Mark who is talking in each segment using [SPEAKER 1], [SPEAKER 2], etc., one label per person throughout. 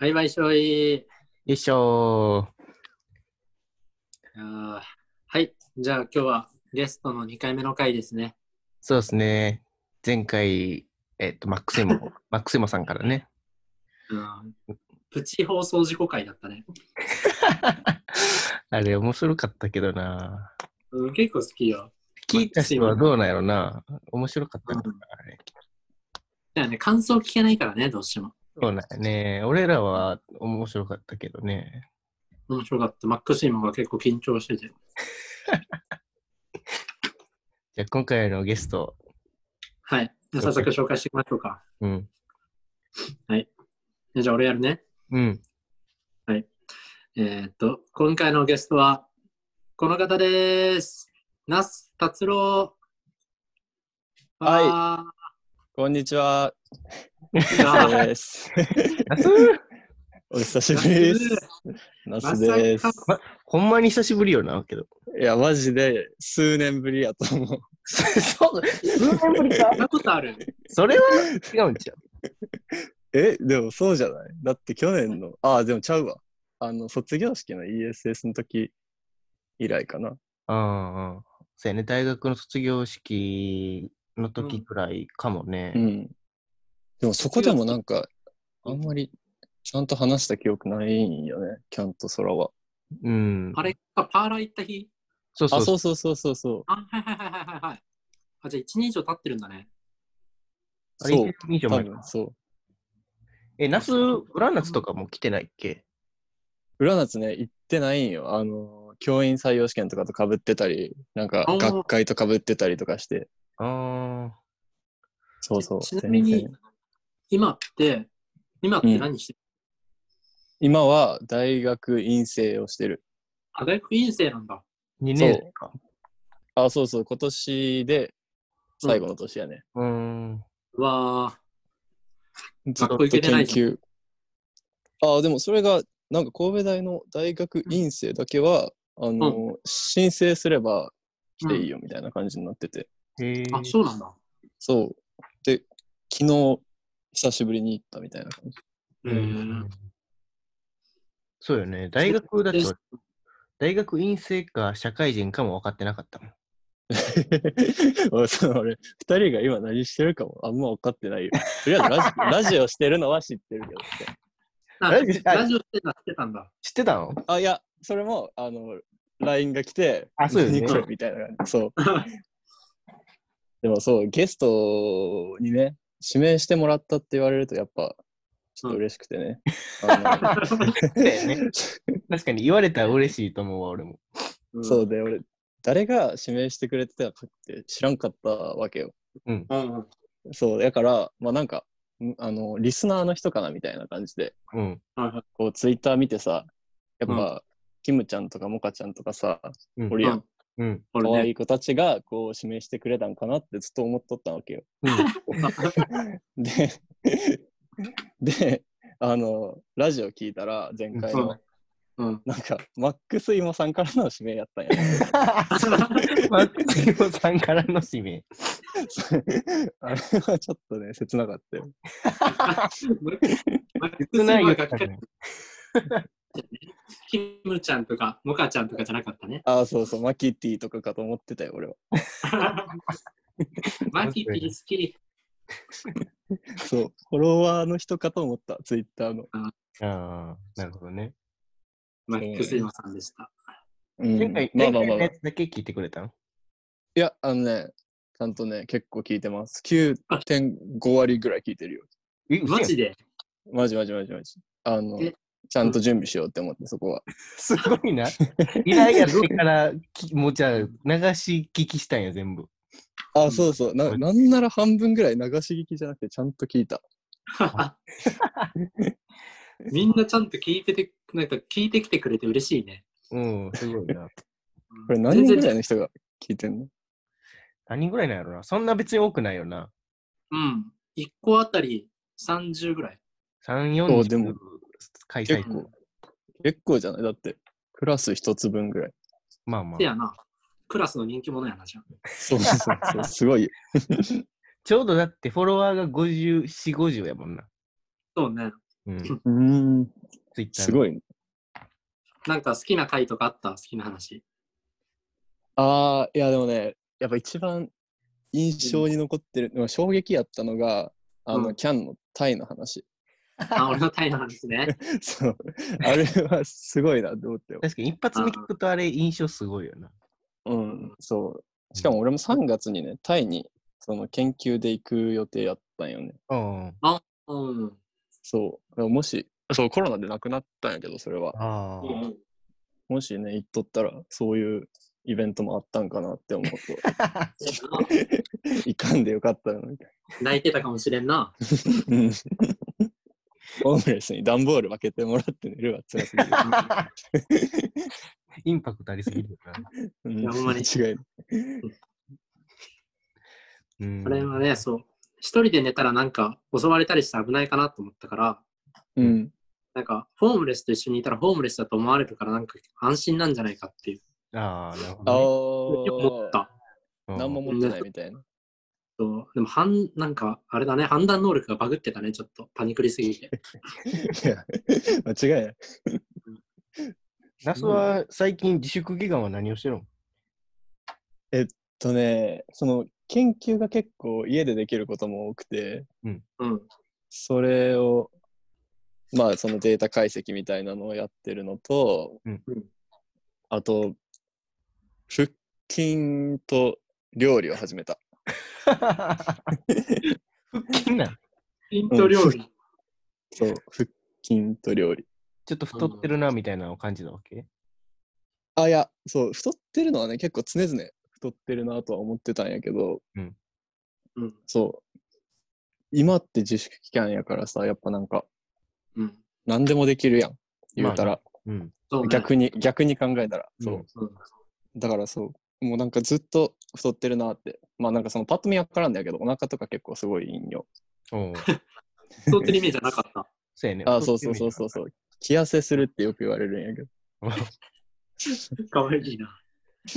[SPEAKER 1] はい、毎週い。
[SPEAKER 2] よいしょ
[SPEAKER 1] あーはい、じゃあ今日はゲストの2回目の回ですね。
[SPEAKER 2] そうですね。前回、えっ、と、マックスエ モ、マックスエモさんからね。
[SPEAKER 1] うん、プチ放送事故回だったね。
[SPEAKER 2] あれ、面白かったけどな。
[SPEAKER 1] うん、結構好きよ。
[SPEAKER 2] 聞いた人はどうなんやろな。面白かったのかな、あれ。
[SPEAKER 1] だよね、感想聞けないからね、どうしても。
[SPEAKER 2] そうなんやね。俺らは面白かったけどね。
[SPEAKER 1] 面白かった。マックシームが結構緊張してて。
[SPEAKER 2] じゃあ、今回のゲスト、
[SPEAKER 1] はい、じゃあ早速紹介していきましょうか。
[SPEAKER 2] うん。
[SPEAKER 1] じゃあ俺やるね。
[SPEAKER 2] うん。
[SPEAKER 1] えーっと、今回のゲストは、この方です。那須達郎。
[SPEAKER 3] はい
[SPEAKER 1] あ
[SPEAKER 3] こんにちは。
[SPEAKER 1] ー。
[SPEAKER 3] ナ
[SPEAKER 1] あ
[SPEAKER 3] スです。お久しぶりです。ナス
[SPEAKER 1] ー
[SPEAKER 3] で
[SPEAKER 1] ますさ。か
[SPEAKER 2] ほんまに久しぶりよな、けど。
[SPEAKER 3] いや、マジで数年ぶりやと思う。
[SPEAKER 2] そう、数年ぶりか
[SPEAKER 1] そんなことある
[SPEAKER 2] それは違うんちゃう
[SPEAKER 3] え、でもそうじゃないだって去年の、ああ、でもちゃうわ。あの、卒業式の ESS の時以来かな。
[SPEAKER 2] うんうん。そうやね、大学の卒業式の時くらいかもね。
[SPEAKER 3] うん。でもそこでもなんか、あんまりちゃんと話した記憶ないんよね。キャンと空は。
[SPEAKER 2] うん。
[SPEAKER 1] あれか、パーラー行った日
[SPEAKER 2] そうそう
[SPEAKER 3] あ、
[SPEAKER 2] そ。
[SPEAKER 3] そううそうそうそうそう。
[SPEAKER 1] あ、はいはいはいはいはい。あ、じゃあ1年以上経ってるんだね。
[SPEAKER 2] あれ
[SPEAKER 3] そう。
[SPEAKER 2] 1年以上
[SPEAKER 3] 多
[SPEAKER 2] 前か
[SPEAKER 3] 分そう。
[SPEAKER 2] え、夏、裏夏とかも来てないっけ
[SPEAKER 3] 裏夏ね、行ってないんよ。あの、教員採用試験とかと被ってたり、なんか
[SPEAKER 1] あー
[SPEAKER 3] 学会と被ってたりとかして、
[SPEAKER 2] ああ。
[SPEAKER 3] そうそう。
[SPEAKER 1] ちちなみに
[SPEAKER 3] 全然
[SPEAKER 1] 今って、今って何してる、
[SPEAKER 3] 今は大学院生をしてる。
[SPEAKER 1] あ、大学院生なんだ。
[SPEAKER 2] 2年生か。
[SPEAKER 3] あ、そうそう、今年で最後の年やね。
[SPEAKER 2] うーん。
[SPEAKER 1] うわあ、
[SPEAKER 3] ずっ
[SPEAKER 1] 学校
[SPEAKER 3] と研
[SPEAKER 1] 行けてないじ
[SPEAKER 3] 究。あ、でもそれが、なんか神戸大の大学院生だけは、あの、申請すれば来ていいよみたいな感じになってて。
[SPEAKER 2] へえ。
[SPEAKER 1] あ、そうなんだ。
[SPEAKER 3] そう。で、昨日、久しぶりに行ったみたいな感じ。
[SPEAKER 1] へ
[SPEAKER 2] う
[SPEAKER 1] ー
[SPEAKER 2] ん。そうよね。大学だと、大学院生か社会人かも分かってなかったもん。
[SPEAKER 3] 俺、そう俺、二人が今何してるかもあんま分かってないよ。とりあえずラジ ラジオしてるのは知ってるけどね。
[SPEAKER 1] な
[SPEAKER 2] ラジオ
[SPEAKER 1] ラジオしてたしてたんだ。
[SPEAKER 2] 知ってたの
[SPEAKER 3] あ、いや、それも、あの、LINE が来て、
[SPEAKER 2] あそうよ ね
[SPEAKER 3] 何これみたいな感じ。そう。でもそう、ゲストにね、指名してもらったって言われると、やっぱ、ちょっと嬉しくてね。あ
[SPEAKER 2] だよ ね確かに言われたら嬉しいと思うわ、俺も。
[SPEAKER 3] の そううで、俺、誰が指名してくれてたかって知らんかったわけよ。
[SPEAKER 1] ん。うんうん。
[SPEAKER 3] そう、だから、まあなんか、んあの、リスナーの人かなみたいな感じで、
[SPEAKER 2] うん。
[SPEAKER 1] はいはい
[SPEAKER 3] こう、ツイッター見てさ、やっぱ、
[SPEAKER 1] う
[SPEAKER 3] キムちゃんとかモカちゃんとかさ、
[SPEAKER 2] うん
[SPEAKER 3] おるやん。
[SPEAKER 2] うん。
[SPEAKER 1] こ
[SPEAKER 3] 可
[SPEAKER 1] れ
[SPEAKER 3] 愛
[SPEAKER 1] ね。
[SPEAKER 3] い子たちが、こう、指名してくれたんかなってずっと思っとったわけよ。で、で、あの、ラジオ聞いたら、前回
[SPEAKER 1] うんそう
[SPEAKER 3] の
[SPEAKER 1] ね、うん。
[SPEAKER 3] なんか、マックスイモさんからの指名やったんや、ね。
[SPEAKER 2] マックスイモさんからの指 名。
[SPEAKER 3] そうあれはちょっとね、切なかったよ。
[SPEAKER 2] 少ないよ。
[SPEAKER 1] キムちゃんとか、モカちゃんとかじゃなかった ね。
[SPEAKER 3] ああ、そうそう、マキティとかかと思ってたよ、俺は。
[SPEAKER 1] マキピー好き。
[SPEAKER 3] そう、フォロワーの人かと思った、ツイッターの。
[SPEAKER 2] ああ、なるほどね。
[SPEAKER 1] マックスイマさんでした。
[SPEAKER 3] うん
[SPEAKER 2] 前回、
[SPEAKER 3] ま
[SPEAKER 2] 前
[SPEAKER 3] あまあ
[SPEAKER 2] 回
[SPEAKER 3] まあ
[SPEAKER 2] の
[SPEAKER 3] まあ。
[SPEAKER 2] や
[SPEAKER 3] い
[SPEAKER 2] つだけ聞いてくれたの
[SPEAKER 3] や、あのね、ちゃんとね、結構聞いてます。9.5割ぐらい聞いてるよ。
[SPEAKER 2] え嘘やん
[SPEAKER 1] マジで
[SPEAKER 3] マジマジマジマジ。あの
[SPEAKER 1] え、
[SPEAKER 3] ちゃんと準備しようって思って、そこは。
[SPEAKER 2] すごいな。イライラしてからき、もうじゃあ、流し聞きしたんや、全部。
[SPEAKER 3] あ、そうそう。ななんなら半分ぐらい流し聞きじゃなくて、ちゃんと聞いた。
[SPEAKER 1] みんなちゃんと聞いてて、なんか聞いてきてくれて嬉しいね。
[SPEAKER 2] うん、すごいな。
[SPEAKER 3] これ何人ぐらい
[SPEAKER 1] い
[SPEAKER 3] の人が聞いてんの
[SPEAKER 2] 何人ぐらいなんやろな。そんな別に多くないよな。
[SPEAKER 1] うん。1個あたり30ぐらい。
[SPEAKER 2] 3、
[SPEAKER 3] お
[SPEAKER 2] 4
[SPEAKER 3] でも
[SPEAKER 2] 開催
[SPEAKER 3] 結。構。結構じゃないだって、クラス一つ分ぐらい。
[SPEAKER 2] まあま
[SPEAKER 1] せ
[SPEAKER 2] あ。
[SPEAKER 1] やな。クラスの人気者やな、じゃん。
[SPEAKER 3] そうそうそう。 すごいよ。
[SPEAKER 2] ちょうどだってフォロワーが50、40、50やもんな。
[SPEAKER 1] そうね。
[SPEAKER 2] うん。ツ
[SPEAKER 3] うん。
[SPEAKER 2] イッター
[SPEAKER 3] すごいね。
[SPEAKER 1] なんか好きな回とかあった好きな話。
[SPEAKER 3] ああ、いやでもね、やっぱ一番印象に残ってる、まあ衝撃やったのが、あの、
[SPEAKER 1] うん
[SPEAKER 3] キャンのタイの 話。
[SPEAKER 1] あ、俺のタイの話ね。
[SPEAKER 3] そう。あれはすごいなって思ったよ。
[SPEAKER 2] 確かに一発目聞くとあれ印象すごいよな。
[SPEAKER 3] うん、そう。しかも俺も3月にね、タイにその研究で行く予定やったんよね。
[SPEAKER 2] うん。
[SPEAKER 1] うん。
[SPEAKER 3] そう。でももし、そう、コロナでなくなったんやけど、それは。
[SPEAKER 2] あ
[SPEAKER 3] もしね、行っとったら、そういうイベントもあったんかなって思うと、
[SPEAKER 2] あ。
[SPEAKER 3] 行かんでよかったのに。
[SPEAKER 1] 泣いてたかもしれんな。
[SPEAKER 3] うん ホームレスに段ボール分けてもらって寝るわ、辛 すぎる。
[SPEAKER 2] インパクトありすぎるよな。
[SPEAKER 3] うん
[SPEAKER 1] いやほんまに
[SPEAKER 3] 間違いない。
[SPEAKER 2] う ん。
[SPEAKER 1] これはね、そう。一人で寝たらなんか襲われたりして危ないかなと思ったから、
[SPEAKER 3] うん。
[SPEAKER 1] なんかホームレスと一緒にいたらホームレスだと思われるからなんか安心なんじゃないかっていう。
[SPEAKER 2] ああ、なるほ
[SPEAKER 3] あ
[SPEAKER 2] ど、ね。
[SPEAKER 1] 思っ
[SPEAKER 3] あ、
[SPEAKER 1] た。
[SPEAKER 2] うん
[SPEAKER 3] 何も持ってないみたいな。
[SPEAKER 1] そうでも、はんなんか、あれだね、判断能力がバグってたね、ちょっと。パニクりすぎて。
[SPEAKER 3] いや、間違いない。
[SPEAKER 2] ナスは最近自粛期間は何をしてるの
[SPEAKER 3] とね、その研究が結構家でできることも多くて、
[SPEAKER 1] うん。
[SPEAKER 3] それを、まあそのデータ解析みたいなのをやってるのと、
[SPEAKER 2] うん
[SPEAKER 1] うん
[SPEAKER 3] あと、腹筋と料理を始めた。
[SPEAKER 2] 腹筋なん
[SPEAKER 1] イント料理。
[SPEAKER 3] そう、腹筋と料理。
[SPEAKER 2] ちょっと太ってるなみたいなのを感じたわけ
[SPEAKER 3] あ、いや、そう、太ってるのはね、結構常々太ってるなとは思ってたんやけど、
[SPEAKER 1] うん。
[SPEAKER 3] そう、今って自粛期間やからさ、やっぱなんか、
[SPEAKER 1] うん。
[SPEAKER 3] 何でもできるやん。言うたら、
[SPEAKER 2] うん。
[SPEAKER 1] そう、ね。
[SPEAKER 3] 逆に、逆に考えたら、そう。
[SPEAKER 2] うん
[SPEAKER 1] うん。
[SPEAKER 3] だからそう、もうなんかずっと太ってるなって。まあなんかそのパッと見わからんだけど、お腹とか結構すごいいいんよ。
[SPEAKER 2] おう
[SPEAKER 1] 太ってるイメージはなかった。
[SPEAKER 2] そうやね。
[SPEAKER 3] あ、そうそうそうそうそう。気痩せするってよく言われるんやけど。
[SPEAKER 2] う。
[SPEAKER 1] かわいいな。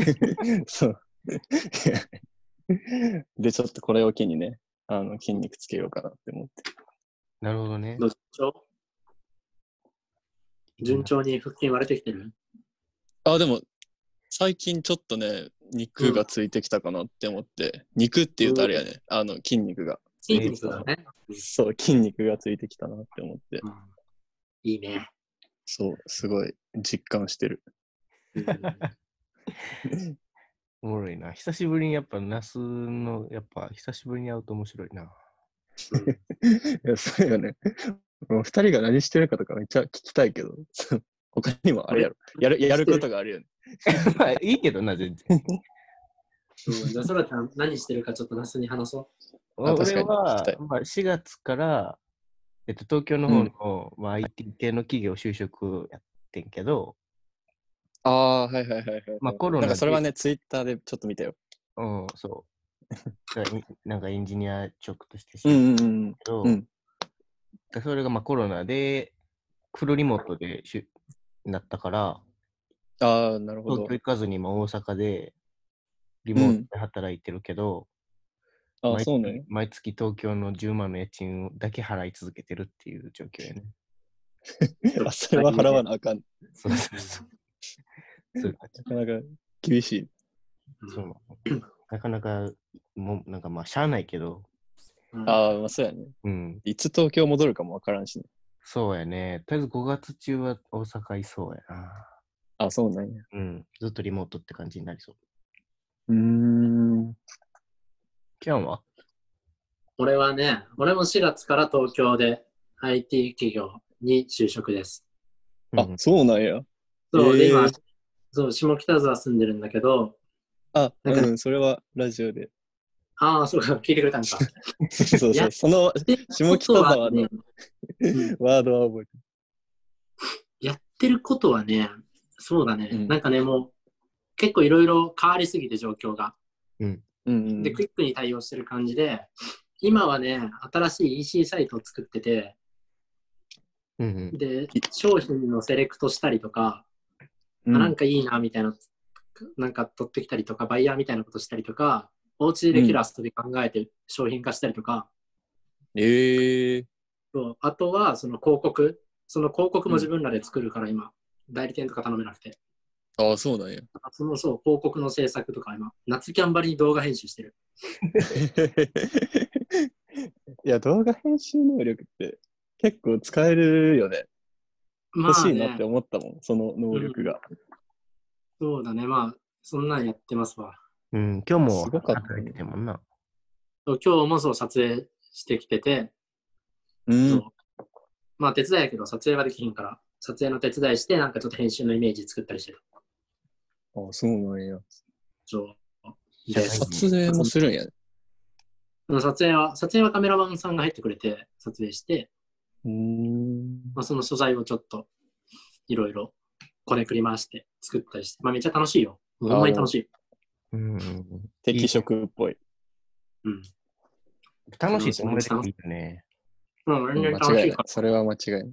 [SPEAKER 3] そう。で、ちょっとこれを機にね、あの筋肉つけようかなって思って。
[SPEAKER 2] なるほどね。
[SPEAKER 1] どうしよう順調に腹筋割れてきてる
[SPEAKER 3] あ、でも、最近ちょっとね、肉がついてきたかなって思って、肉って言うとあれやね、あの筋肉が。
[SPEAKER 1] 筋肉だね。
[SPEAKER 3] そう、筋肉がついてきたなって思って、
[SPEAKER 1] うんいいね。
[SPEAKER 3] そう、すごい実感してる。
[SPEAKER 1] うん
[SPEAKER 2] おもろいな。久しぶりにやっぱナスの、やっぱ久しぶりに会うと面白い な。
[SPEAKER 3] いや、そうよね。 もう二人が何してるかとかめっちゃ聞きたいけど、 そう他にもあれやろ。やる、やることがあるよね。
[SPEAKER 2] まあいいけどな、全然。
[SPEAKER 1] うんじゃあ、そらちゃん、何してるかちょっとナスに話そ
[SPEAKER 2] 俺
[SPEAKER 3] 確かに聞
[SPEAKER 2] は
[SPEAKER 3] きたい、
[SPEAKER 2] まあ、4月から、えっと、東京の方の、まあ、IT 系の企業就職やってんけど、
[SPEAKER 3] ああ、はいはいはいはい。
[SPEAKER 2] まあコロナで
[SPEAKER 3] なんかそれはね、ツイッターでちょっと見たよ。
[SPEAKER 2] うん、 そう。だからいなんかエンジニア職としてして
[SPEAKER 3] うん
[SPEAKER 2] る
[SPEAKER 3] うんうん。
[SPEAKER 2] けど、
[SPEAKER 3] うん
[SPEAKER 2] でそれがまあコロナで、フルリモートでしゅなったから、
[SPEAKER 3] ああ、なるほ
[SPEAKER 2] 東
[SPEAKER 3] ど
[SPEAKER 2] 京。行かずに今大阪でリモートで働いてるけど、
[SPEAKER 3] ああ、
[SPEAKER 2] 毎
[SPEAKER 3] そうね
[SPEAKER 2] 月。毎月東京の10万の家賃だけ払い続けてるっていう状況やね。
[SPEAKER 1] う。
[SPEAKER 3] あ、それは払わなあかん。
[SPEAKER 2] そうそう そう。そういう感じ
[SPEAKER 3] なかなか厳しい。
[SPEAKER 1] うん
[SPEAKER 2] そうなかなか、もうなんかまあ、しゃあないけど、
[SPEAKER 1] うん
[SPEAKER 3] ああ、まあそうやね。
[SPEAKER 2] うん、
[SPEAKER 3] いつ東京戻るかもわからんしね。
[SPEAKER 2] そうやね。とりあえず5月中は大阪いそうやな。
[SPEAKER 3] あそうなんや。
[SPEAKER 2] うん、ずっとリモートって感じになりそう。
[SPEAKER 3] うーん。
[SPEAKER 2] キャンは
[SPEAKER 1] 俺はね、俺も4月から東京で IT 企業に就職です。
[SPEAKER 3] あ、
[SPEAKER 2] うん
[SPEAKER 3] そうなんや。
[SPEAKER 1] そう、
[SPEAKER 3] へ
[SPEAKER 1] で
[SPEAKER 3] え
[SPEAKER 1] 今、そう、下北沢住んでるんだけど、
[SPEAKER 3] あ、
[SPEAKER 1] なんか
[SPEAKER 3] うん、それはラジオ で。
[SPEAKER 1] ああ、そうか、聞いてくれたんか。
[SPEAKER 3] そうそう、その 下北沢の
[SPEAKER 1] やってることはねうん
[SPEAKER 3] ワードは覚えてる
[SPEAKER 1] やってることはね、そうだね、
[SPEAKER 3] うん
[SPEAKER 1] なんかね、もう結構いろいろ変わりすぎて状況が。
[SPEAKER 3] うんうん
[SPEAKER 1] で、クイックに対応してる感じで、今はね、新しい EC サイトを作ってて、
[SPEAKER 2] うんうん
[SPEAKER 1] で、商品のセレクトしたりとか、
[SPEAKER 3] うん
[SPEAKER 1] あなんかいいなみたいな、なんか取ってきたりとか、バイヤーみたいなことしたりとか、お家でできる遊び考えて商品化したりとか、
[SPEAKER 3] ええ
[SPEAKER 1] そうあとは、その広告。その広告も自分らで作るから、今、代理店とか頼めなくて。
[SPEAKER 3] ああ、そうなんや。
[SPEAKER 1] あそのそう、広告の制作とか、今、夏キャンバリに動画編集してる。
[SPEAKER 3] いや、動画編集能力って結構使えるよね。
[SPEAKER 1] ま
[SPEAKER 3] 欲
[SPEAKER 1] あ、
[SPEAKER 3] し
[SPEAKER 1] ね、
[SPEAKER 3] いなって思ったもん、その能力が。
[SPEAKER 1] そうだね、まあ、そんなんやってますわ。
[SPEAKER 2] うん、今日も
[SPEAKER 3] すごかったね
[SPEAKER 2] 働いててもんな。
[SPEAKER 1] そう今日もそう、撮影してきてて、
[SPEAKER 3] う
[SPEAKER 1] そ
[SPEAKER 3] ん。
[SPEAKER 1] うまあ、手伝いやけど、撮影はできひんから、撮影の手伝いして、なんかちょっと編集のイメージ作ったりしてる。
[SPEAKER 3] ああ、そうなんや。
[SPEAKER 1] そう。
[SPEAKER 2] じゃあ
[SPEAKER 1] で
[SPEAKER 2] 最近
[SPEAKER 3] 撮影もするんやね。
[SPEAKER 1] その撮影は、撮影はカメラマンさんが入ってくれて、撮影して、
[SPEAKER 3] うーん。
[SPEAKER 1] まあ、その素材をちょっと、いろいろ、こねくり回して、作ったりして、まあ、めっちゃ楽しいよ。もうほんまに楽しい。
[SPEAKER 2] うんうん
[SPEAKER 3] 適色っぽい。
[SPEAKER 1] うん。
[SPEAKER 2] 楽しいって思えてくるよね。
[SPEAKER 1] うん、
[SPEAKER 3] う
[SPEAKER 1] 俺
[SPEAKER 3] ん
[SPEAKER 1] に
[SPEAKER 3] 間
[SPEAKER 1] 楽
[SPEAKER 3] 違
[SPEAKER 1] し
[SPEAKER 3] い
[SPEAKER 1] い
[SPEAKER 3] ない
[SPEAKER 1] か。
[SPEAKER 3] それは間違いない。
[SPEAKER 1] ら、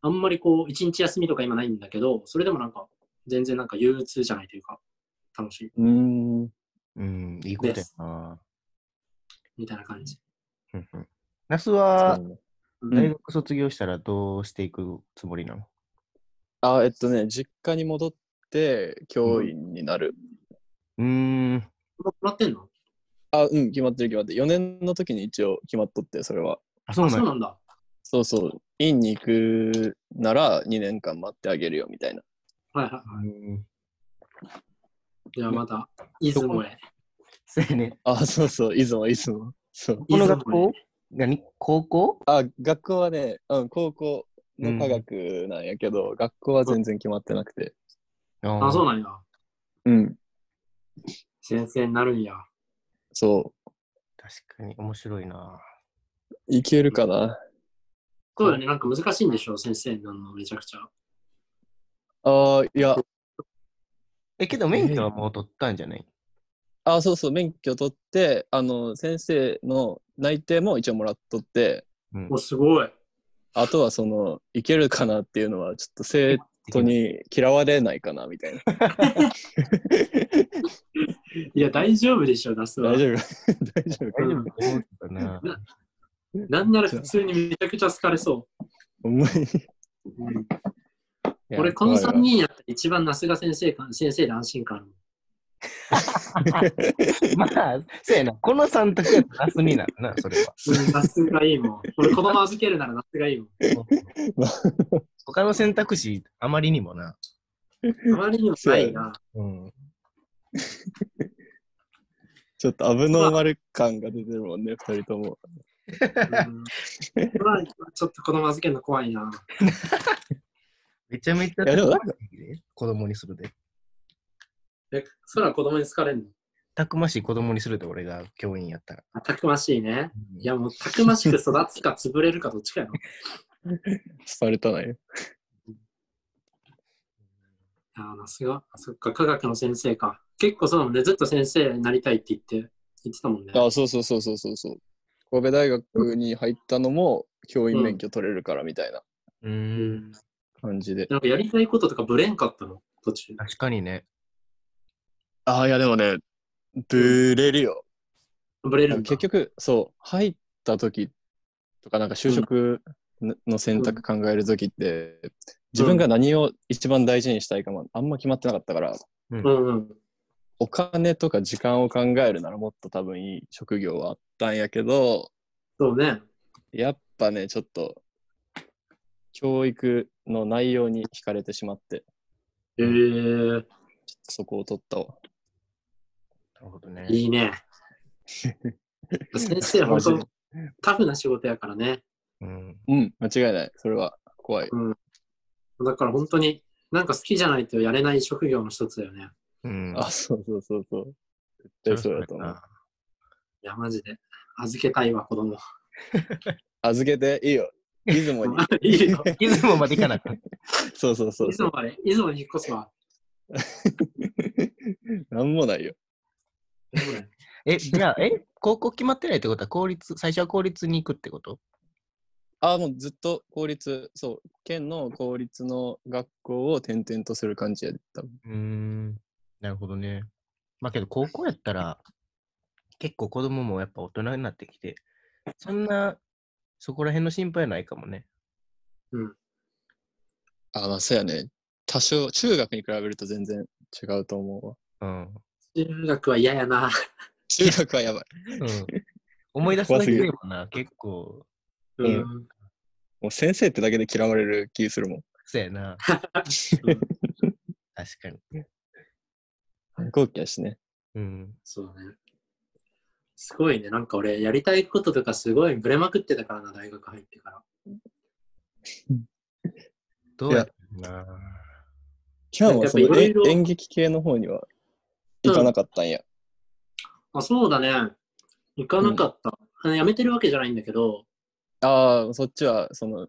[SPEAKER 1] あんまりこう、一日休みとか今ないんだけど、それでもなんか、全然なんか憂鬱じゃないというか、楽しいう
[SPEAKER 3] ーん。
[SPEAKER 2] うん、いいことやな。
[SPEAKER 1] みたいな感じ。
[SPEAKER 2] うんうんナス
[SPEAKER 3] あ
[SPEAKER 2] は
[SPEAKER 1] うん
[SPEAKER 2] 大学卒業したらどうしていくつもりなの
[SPEAKER 3] あ、えっとね、実家に戻って教員になる。
[SPEAKER 2] うーん、
[SPEAKER 1] もう決まってんの
[SPEAKER 3] あ、うん、決まってる決まってる。4年の時に一応決まっとって、それは。
[SPEAKER 2] あ、そう
[SPEAKER 1] あ
[SPEAKER 2] な
[SPEAKER 1] そう
[SPEAKER 2] の
[SPEAKER 1] なんだ。
[SPEAKER 3] そうそう。院に行くなら2年間待ってあげるよ、みたいな。
[SPEAKER 1] はいは
[SPEAKER 2] うん
[SPEAKER 1] い。ではまた、出雲へ。
[SPEAKER 2] そうやね。
[SPEAKER 3] あ、そうそう。出雲、出雲。そう。
[SPEAKER 2] こ
[SPEAKER 1] 出
[SPEAKER 2] の
[SPEAKER 1] 雲
[SPEAKER 2] 学校何高校
[SPEAKER 3] あ、学校はね、うん、高校の科学なんやけど、学校は全然決まってなくて。
[SPEAKER 2] あ
[SPEAKER 1] あ、そう
[SPEAKER 2] な
[SPEAKER 1] なんや。
[SPEAKER 3] うん。
[SPEAKER 1] 先生になるんや。
[SPEAKER 3] そ
[SPEAKER 2] 確かに面白いな。
[SPEAKER 3] う。いけるかな。
[SPEAKER 1] そうだね、なんか難しいんでしょ、先生になるのめちゃくちゃ。
[SPEAKER 3] あいや、
[SPEAKER 2] え、けど免許はもう取ったんじゃない
[SPEAKER 3] あそうそう、免許取って、あの、先生の内定も一応もらっとって、
[SPEAKER 2] うん
[SPEAKER 1] お、すごい。
[SPEAKER 3] あとはその、いけるかなっていうのは、ちょっと生徒に嫌われないかな、みたいな。
[SPEAKER 1] いや、大丈夫でしょ、ナスは
[SPEAKER 3] 大。丈夫 大丈夫
[SPEAKER 2] 大丈夫と思うけどな。
[SPEAKER 1] なんなら普通にめちゃくちゃ好かれそ
[SPEAKER 3] ほんまに。
[SPEAKER 1] う。俺、この3人やったら一番ナスが先生か先生で安心感ある。
[SPEAKER 2] まあ、そうやな。この3択やとナスになるな、それは。
[SPEAKER 1] うんナスがいいもん。俺、子供預けるならナスがいいもん。
[SPEAKER 2] 他の選択肢、あまりにもな。
[SPEAKER 1] あまりにもないな。
[SPEAKER 2] うん。
[SPEAKER 3] ちょっとアブノーマル感が出てるもんね、二人とも。
[SPEAKER 1] うんうわちょっと子供預けるの怖いな。
[SPEAKER 2] めちゃめちゃ
[SPEAKER 3] いやでもなんか
[SPEAKER 2] 子供にするで。
[SPEAKER 1] え、そら子供に好かれるの
[SPEAKER 2] たくましい子供にするで、俺が教員やったら。
[SPEAKER 1] あたくましいね。いや、もうたくましく育つか潰れるかどっちかやろ。
[SPEAKER 3] スパルタない。
[SPEAKER 1] ああ、すごい。そっか、科学の先生か。結構そうだもんね。ずっと先生になりたいって言って、言ってたもんね。
[SPEAKER 3] あ、そうそうそうそうそうそう。神戸大学に入ったのも、教員免許取れるからみたいな
[SPEAKER 1] う
[SPEAKER 2] う。
[SPEAKER 1] んん。
[SPEAKER 3] 感じで。
[SPEAKER 1] なんかやりたいこととかぶれんかったの途中。
[SPEAKER 2] 確かにね。
[SPEAKER 3] ああ、いやでもね、ブレるよ。
[SPEAKER 1] ぶれるんだ
[SPEAKER 3] 結局、そう、入った時とか、なんか就職のの選択考える時って、自分が何を一番大事にしたいかもあんま決まってなかったから、
[SPEAKER 2] うん
[SPEAKER 1] うんうん。
[SPEAKER 3] お金とか時間を考えるならもっと多分いい職業はあったんやけど、
[SPEAKER 1] そうね。
[SPEAKER 3] やっぱね、ちょっと、教育の内容に惹かれてしまって、
[SPEAKER 1] えー、
[SPEAKER 3] ちょっとそこを取ったわ。
[SPEAKER 2] なるほどね。
[SPEAKER 1] いい ね。先生、本
[SPEAKER 3] マジで
[SPEAKER 1] 当タフな仕事やからね。
[SPEAKER 2] うん。
[SPEAKER 3] うん、間違いない。それは怖い。
[SPEAKER 1] だから本当に、なんか好きじゃないとやれない職業の一つだよね。
[SPEAKER 2] うん。
[SPEAKER 3] あ、そうそうそうそう。絶対そうだと思う。
[SPEAKER 2] ない
[SPEAKER 1] や、マジで。預けたいわ、子供。
[SPEAKER 3] 預けて、いいよ。出雲 に。
[SPEAKER 1] いいよ。
[SPEAKER 2] 出雲まで行かなくて。
[SPEAKER 3] そうそうそう
[SPEAKER 1] いつ
[SPEAKER 3] そう。
[SPEAKER 1] もあれ、いつもに引っ越すわ。
[SPEAKER 3] なんもないよ。
[SPEAKER 2] え、じゃあ、え、高校決まってないってことは、公立、最初は公立に行くってこと
[SPEAKER 3] あ、もうずっと公立、そう、県の公立の学校を転々とする感じやで、多分。
[SPEAKER 2] うーん。なるほどね。まあけど、高校やったら、結構子供もやっぱ大人になってきて、そんなそこら辺の心配はないかもね。
[SPEAKER 3] あ、まあそうやね。多少、中学に比べると全然違うと思うわ。
[SPEAKER 2] うん。
[SPEAKER 1] 中学は嫌やな。
[SPEAKER 3] 中学はやば い。
[SPEAKER 2] うん、思い出すだけでもな、結構、
[SPEAKER 1] う
[SPEAKER 3] うん
[SPEAKER 1] ん。
[SPEAKER 3] もう先生ってだけで嫌われる気するもん。
[SPEAKER 2] そうやな。確かに。
[SPEAKER 3] 反抗期やしね。
[SPEAKER 2] うん。
[SPEAKER 1] そうね。すごいね。なんか俺、やりたいこととかすごいぶれまくってたからな、大学入ってから。
[SPEAKER 2] どうやったかな。
[SPEAKER 3] キャンはその
[SPEAKER 1] やっぱいろい
[SPEAKER 3] 演
[SPEAKER 1] ろ
[SPEAKER 3] 演劇系の方には行かなかったんや。
[SPEAKER 1] あ、そうだね。行かなかった。あの辞めてるわけじゃないんだけど、
[SPEAKER 3] ああ、そっちはその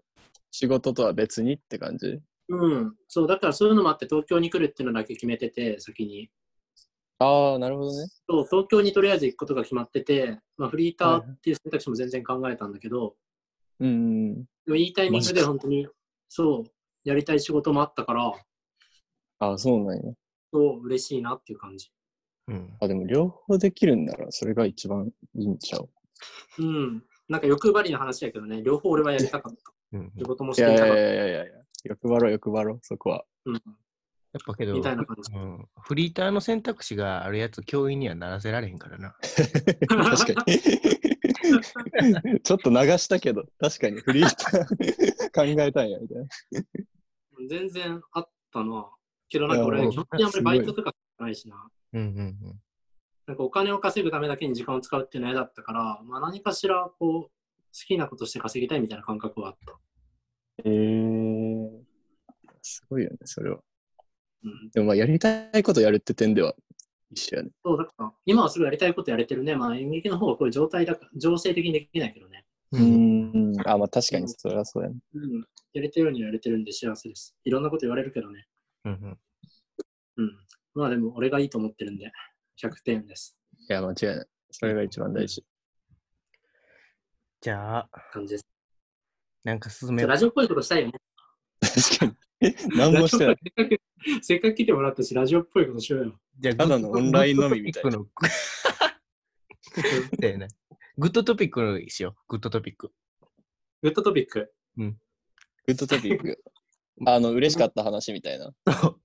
[SPEAKER 3] 仕事とは別にって感じ
[SPEAKER 1] うん。そう、だからそういうのもあって、東京に来るっていうのだけ決めてて、先に。
[SPEAKER 3] ああ、なるほどね。
[SPEAKER 1] そう、東京にとりあえず行くことが決まってて、まあ、フリーターっていう選択肢も全然考えたんだけど、
[SPEAKER 3] うんうん。
[SPEAKER 1] でもいいタイミング
[SPEAKER 3] マジ
[SPEAKER 1] で
[SPEAKER 3] か
[SPEAKER 1] 本当に、そう、やりたい仕事もあったから、
[SPEAKER 3] ああ、そうなんや。
[SPEAKER 1] そう、嬉しいなっていう感じ。
[SPEAKER 2] うん。
[SPEAKER 3] あ、でも両方できるんならそれが一番いいんちゃう。
[SPEAKER 1] うん。なんか欲張りの話やけどね、両方俺はやりたかった。
[SPEAKER 2] うん、
[SPEAKER 1] 仕
[SPEAKER 2] やっ
[SPEAKER 1] 事もし
[SPEAKER 3] い
[SPEAKER 1] て
[SPEAKER 3] やい
[SPEAKER 1] みた
[SPEAKER 3] や
[SPEAKER 1] か
[SPEAKER 3] い
[SPEAKER 1] った。
[SPEAKER 3] やいやいや、欲張ろう欲張ろう、そこ は。
[SPEAKER 1] うん。
[SPEAKER 2] ぱけど、
[SPEAKER 1] みたいな感じ
[SPEAKER 2] うん、フリーターの選択肢があるやつ、教員にはならせられへんからな。
[SPEAKER 3] 確かに。 ちょっと流したけど、確かにフリーター考えたんや、みたいな。
[SPEAKER 1] 全然あったな。けどなんか
[SPEAKER 3] い
[SPEAKER 1] 俺、
[SPEAKER 2] や
[SPEAKER 1] 基本的にあんまりバイト
[SPEAKER 3] す
[SPEAKER 1] とかないしな。
[SPEAKER 2] うんうん
[SPEAKER 1] なんかお金を稼ぐためだけに時間を使うっていうのは嫌だったから、まあ何かしらこう、好きなことして稼ぎたいみたいな感覚はあった。
[SPEAKER 3] えー、すごいよね、それは。
[SPEAKER 1] うん。
[SPEAKER 3] でもまあ、やりたいことやるって点では一緒やね。
[SPEAKER 1] そう、だから、今はすぐやりたいことやれてるね。まあ演劇の方はこういう状態だから、情勢的にできないけどね。
[SPEAKER 2] う。
[SPEAKER 3] うん
[SPEAKER 2] うん、
[SPEAKER 3] ん。あ、まあ確かにそれはそうやね。
[SPEAKER 1] うん、やれてるようにはやれてるんで幸せです。いろんなこと言われるけどね。
[SPEAKER 2] うん
[SPEAKER 1] うん。まあでも俺がいいと思ってるんで、100点です。
[SPEAKER 3] いや、間違いない。それが一番大事。
[SPEAKER 2] じゃあ、
[SPEAKER 1] 感じです。
[SPEAKER 2] なんか進
[SPEAKER 1] じ
[SPEAKER 2] め
[SPEAKER 1] ゃあラジオっぽいことしたいよね。
[SPEAKER 3] 確かに。え何もしてな
[SPEAKER 1] ラ
[SPEAKER 3] い。
[SPEAKER 1] ジオっぽいせっかく、せっかく来てもらったし、ラジオっぽいことしようよ。
[SPEAKER 2] じゃあ
[SPEAKER 3] ただのオンライン飲みみたいな
[SPEAKER 2] な。みたいな。グッドトピックのしよう。グッドトピック。
[SPEAKER 1] グッドトピック。
[SPEAKER 3] グッドトピック。あの、嬉しかった話みたいな。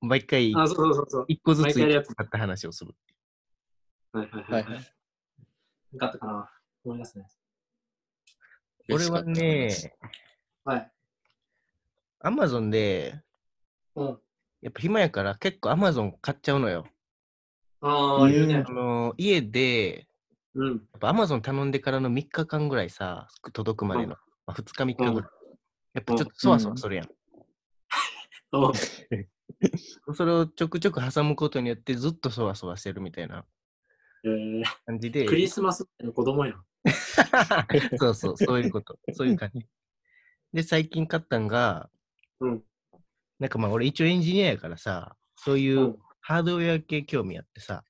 [SPEAKER 2] 毎回、
[SPEAKER 1] あ、そうそうそうそう。
[SPEAKER 2] 一個ず
[SPEAKER 1] 毎
[SPEAKER 2] つ
[SPEAKER 1] 回やるやつ
[SPEAKER 2] 買った話をする。
[SPEAKER 1] はいはいはい。は
[SPEAKER 3] はい
[SPEAKER 1] い
[SPEAKER 3] は
[SPEAKER 1] よかったかな。思い出すね。
[SPEAKER 2] 俺はね、
[SPEAKER 1] はい。
[SPEAKER 2] アマゾンで、
[SPEAKER 1] うん。
[SPEAKER 2] やっぱ暇やから結構アマゾン買っちゃうのよ。
[SPEAKER 1] ああ、言うね
[SPEAKER 2] あ。の家で、
[SPEAKER 1] うん。
[SPEAKER 2] やっぱアマゾン頼んでからの3日間ぐらいさ、届くまでの、まあ、2日3日ぐらい。
[SPEAKER 1] うん
[SPEAKER 2] やっぱちょっとそわそわするやん。
[SPEAKER 1] お
[SPEAKER 2] それをちょくちょく挟むことによってずっとそわそわしてるみたいな
[SPEAKER 1] えー
[SPEAKER 2] 感じで。
[SPEAKER 1] クリスマスの子供やん。
[SPEAKER 2] そうそう、そういうこと。そういう感じ。で、最近買ったんが、
[SPEAKER 1] うん。。
[SPEAKER 2] なんかまあ俺一応エンジニアやからさ、そういううんハードウェア系興味あってさ、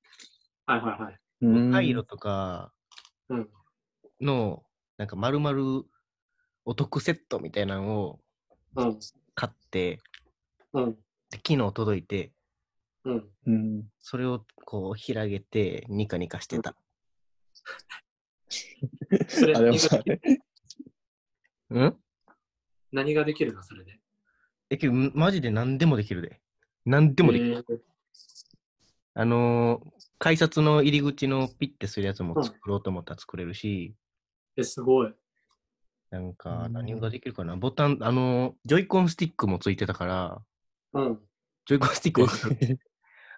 [SPEAKER 1] はいはいはい。
[SPEAKER 3] うん
[SPEAKER 2] カイロとか
[SPEAKER 1] うん。
[SPEAKER 2] の、なんか丸々お得セットみたいなのを
[SPEAKER 1] うん。
[SPEAKER 2] 買って、
[SPEAKER 1] うん。
[SPEAKER 2] で昨日届いて、
[SPEAKER 1] うん。
[SPEAKER 3] うん。
[SPEAKER 2] それをこう広げてニカニカしてた。
[SPEAKER 1] それ
[SPEAKER 3] あ、でも
[SPEAKER 1] 何が
[SPEAKER 3] さ、
[SPEAKER 2] うん
[SPEAKER 1] 何ができるのそれで。
[SPEAKER 2] え、けどマジで何でもできるで。何でもできる。
[SPEAKER 1] えー
[SPEAKER 2] あのー改札の入り口のピッてするやつも作ろうと思ったら作れるし、
[SPEAKER 1] え、すごい。
[SPEAKER 2] なんか
[SPEAKER 3] うん
[SPEAKER 2] 何ができるかな、ボタン、あのージョイコンスティックもついてたから、
[SPEAKER 1] うん。
[SPEAKER 2] ジョイコンスティックわかる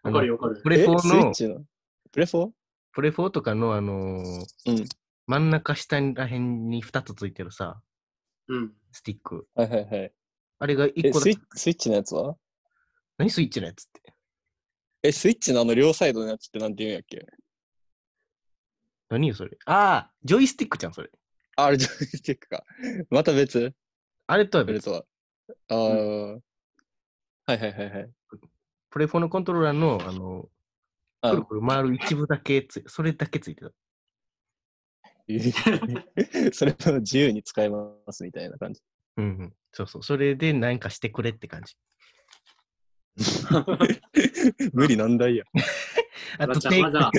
[SPEAKER 1] わかるよわかる
[SPEAKER 2] プ。
[SPEAKER 3] え、スイ
[SPEAKER 2] レフォー
[SPEAKER 3] ッ
[SPEAKER 2] の、
[SPEAKER 3] チの。プレフォー
[SPEAKER 2] プレフォーとかのあのー
[SPEAKER 3] うん
[SPEAKER 2] 真ん中下らへんに2つついてるさ、
[SPEAKER 1] うん。
[SPEAKER 2] スティック。
[SPEAKER 3] はいはいはい。
[SPEAKER 2] あれが1
[SPEAKER 3] え、
[SPEAKER 2] 個
[SPEAKER 3] ス
[SPEAKER 2] だ
[SPEAKER 3] イ。スイッチのやつは
[SPEAKER 2] 何スイッチのやつって。
[SPEAKER 3] え、スイッチのあの両サイドのやつってなんて言うんやっけ
[SPEAKER 2] 何よそれ。ああ、ジョイスティックじゃん、それ。
[SPEAKER 3] ああれ、ジョイスティックか。また別
[SPEAKER 2] あれとは
[SPEAKER 3] それ
[SPEAKER 2] 別。
[SPEAKER 3] とは。ああ、はいはいはいはい。
[SPEAKER 2] プレフォーのコントローラーの、あの
[SPEAKER 3] あ
[SPEAKER 2] くるくる回る一部だけつ、それだけついてた。
[SPEAKER 3] それを自由に使いますみたいな感じ。
[SPEAKER 2] うんうん。そうそう。それで何かしてくれって感じ。
[SPEAKER 3] 無理難題や。
[SPEAKER 2] あ
[SPEAKER 1] そら
[SPEAKER 2] と
[SPEAKER 1] ちゃん
[SPEAKER 2] テイ
[SPEAKER 1] はじゃあ、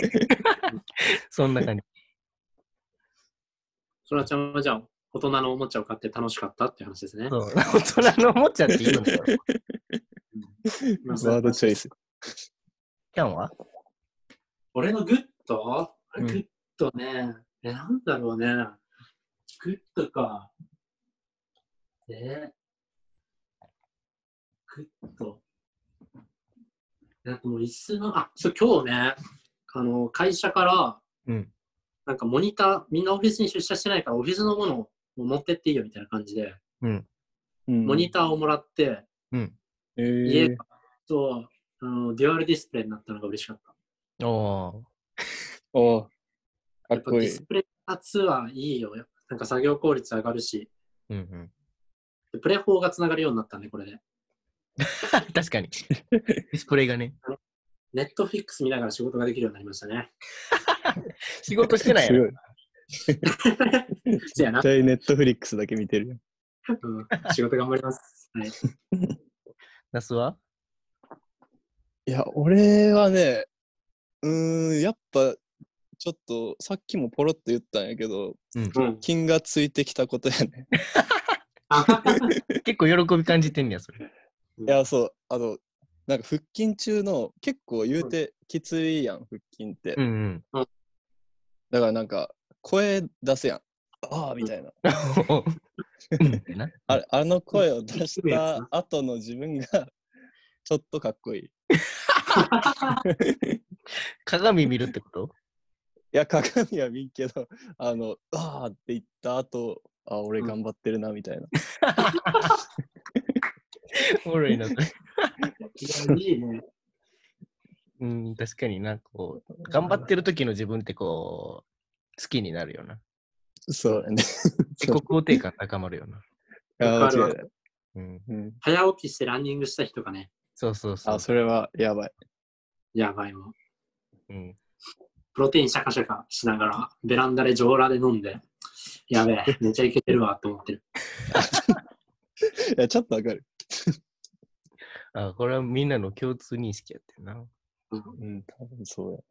[SPEAKER 2] そんな感じ。
[SPEAKER 1] そらちゃんはじゃあ、大人のおもちゃを買って楽しかったっていう話ですね。
[SPEAKER 2] そう大人のおもちゃって言うんだよ。
[SPEAKER 1] ま
[SPEAKER 3] ワ
[SPEAKER 1] あそう
[SPEAKER 3] ードチョイス。
[SPEAKER 2] キャンは
[SPEAKER 1] 俺のグッド
[SPEAKER 2] うん
[SPEAKER 1] グッドね。え、なんだろうね。グッドか。えグッド。なんかもう椅子の、あ、そう、今日ね、あの、会社から、
[SPEAKER 2] うん。
[SPEAKER 1] なんかモニター、みんなオフィスに出社してないから、オフィスのものを持ってっていいよみたいな感じで、モ
[SPEAKER 3] モ
[SPEAKER 1] ニ
[SPEAKER 3] タ
[SPEAKER 1] ターをもらって、
[SPEAKER 2] うん。
[SPEAKER 3] ー。え
[SPEAKER 1] 家
[SPEAKER 3] ー
[SPEAKER 1] が、そう、あの、デュアルディスプレイになったのが嬉しかった。
[SPEAKER 2] お
[SPEAKER 3] おーか
[SPEAKER 1] や
[SPEAKER 3] っ
[SPEAKER 1] っぱ
[SPEAKER 3] こ
[SPEAKER 1] デ
[SPEAKER 3] い
[SPEAKER 1] ィ
[SPEAKER 3] い
[SPEAKER 1] ス。プレイ圧はいいよ。やっぱなんか作業効率上がるし、
[SPEAKER 2] ー。うんうん。
[SPEAKER 1] でプレイ法がつながるようになったね、これで。
[SPEAKER 2] 確かに。ディスプレイがね。
[SPEAKER 1] ネットフィックス見ながら仕事ができるようになりましたね。
[SPEAKER 2] 仕事してない
[SPEAKER 3] す
[SPEAKER 2] やろ
[SPEAKER 3] ごい。
[SPEAKER 1] そうやな
[SPEAKER 3] 絶。対ネットフリックスだけ見てる。
[SPEAKER 1] うん、仕事頑張ります。はい。
[SPEAKER 2] ナスはい
[SPEAKER 3] や、俺はね、うーん、やっぱ、ちょっと、さっきもポロッと言ったんやけど、
[SPEAKER 2] うん。
[SPEAKER 1] うん、
[SPEAKER 3] 金がついてきたことやね。
[SPEAKER 1] あ
[SPEAKER 2] 結構喜び感じてんねや、それ。
[SPEAKER 1] うん
[SPEAKER 3] いや、そう、あの、なんか腹筋中の、結構言うてきついやん、腹筋って。
[SPEAKER 2] うんうん。
[SPEAKER 3] だからなんか、声出すやん。ああ、みたいな。
[SPEAKER 2] うんな
[SPEAKER 3] あれ、あの声を出し
[SPEAKER 1] うんやつ
[SPEAKER 3] た後の自分が、ちょっとかっこいい。い
[SPEAKER 2] 鏡見るってこと
[SPEAKER 3] や、鏡は見んけど、あの、ああって言った後、ああ、俺頑張ってるな、みたいな。
[SPEAKER 2] おもろいな。
[SPEAKER 1] いいね。
[SPEAKER 2] うん、確かにな、こう、頑張ってる時の自分ってこう、好きになるよな。
[SPEAKER 3] そうやね。
[SPEAKER 2] 自己肯定感高まるよな。
[SPEAKER 3] ああ、
[SPEAKER 1] わかる
[SPEAKER 3] 間
[SPEAKER 1] わ
[SPEAKER 3] 違いない。
[SPEAKER 2] うん。
[SPEAKER 3] うん、
[SPEAKER 1] 早起きしてランニングした日とかね。
[SPEAKER 2] そうそうそう。
[SPEAKER 3] あ、それはやばい。
[SPEAKER 1] やばいもん。
[SPEAKER 2] うん。
[SPEAKER 1] プロテインシャカシャカしながら、ベランダで上裸で飲んで、やべえ、めちゃいけてるわと思ってる。
[SPEAKER 3] いや、ちょっとわかる。
[SPEAKER 2] あ、これはみんなの共通認識やってんな。
[SPEAKER 3] うん、多分そう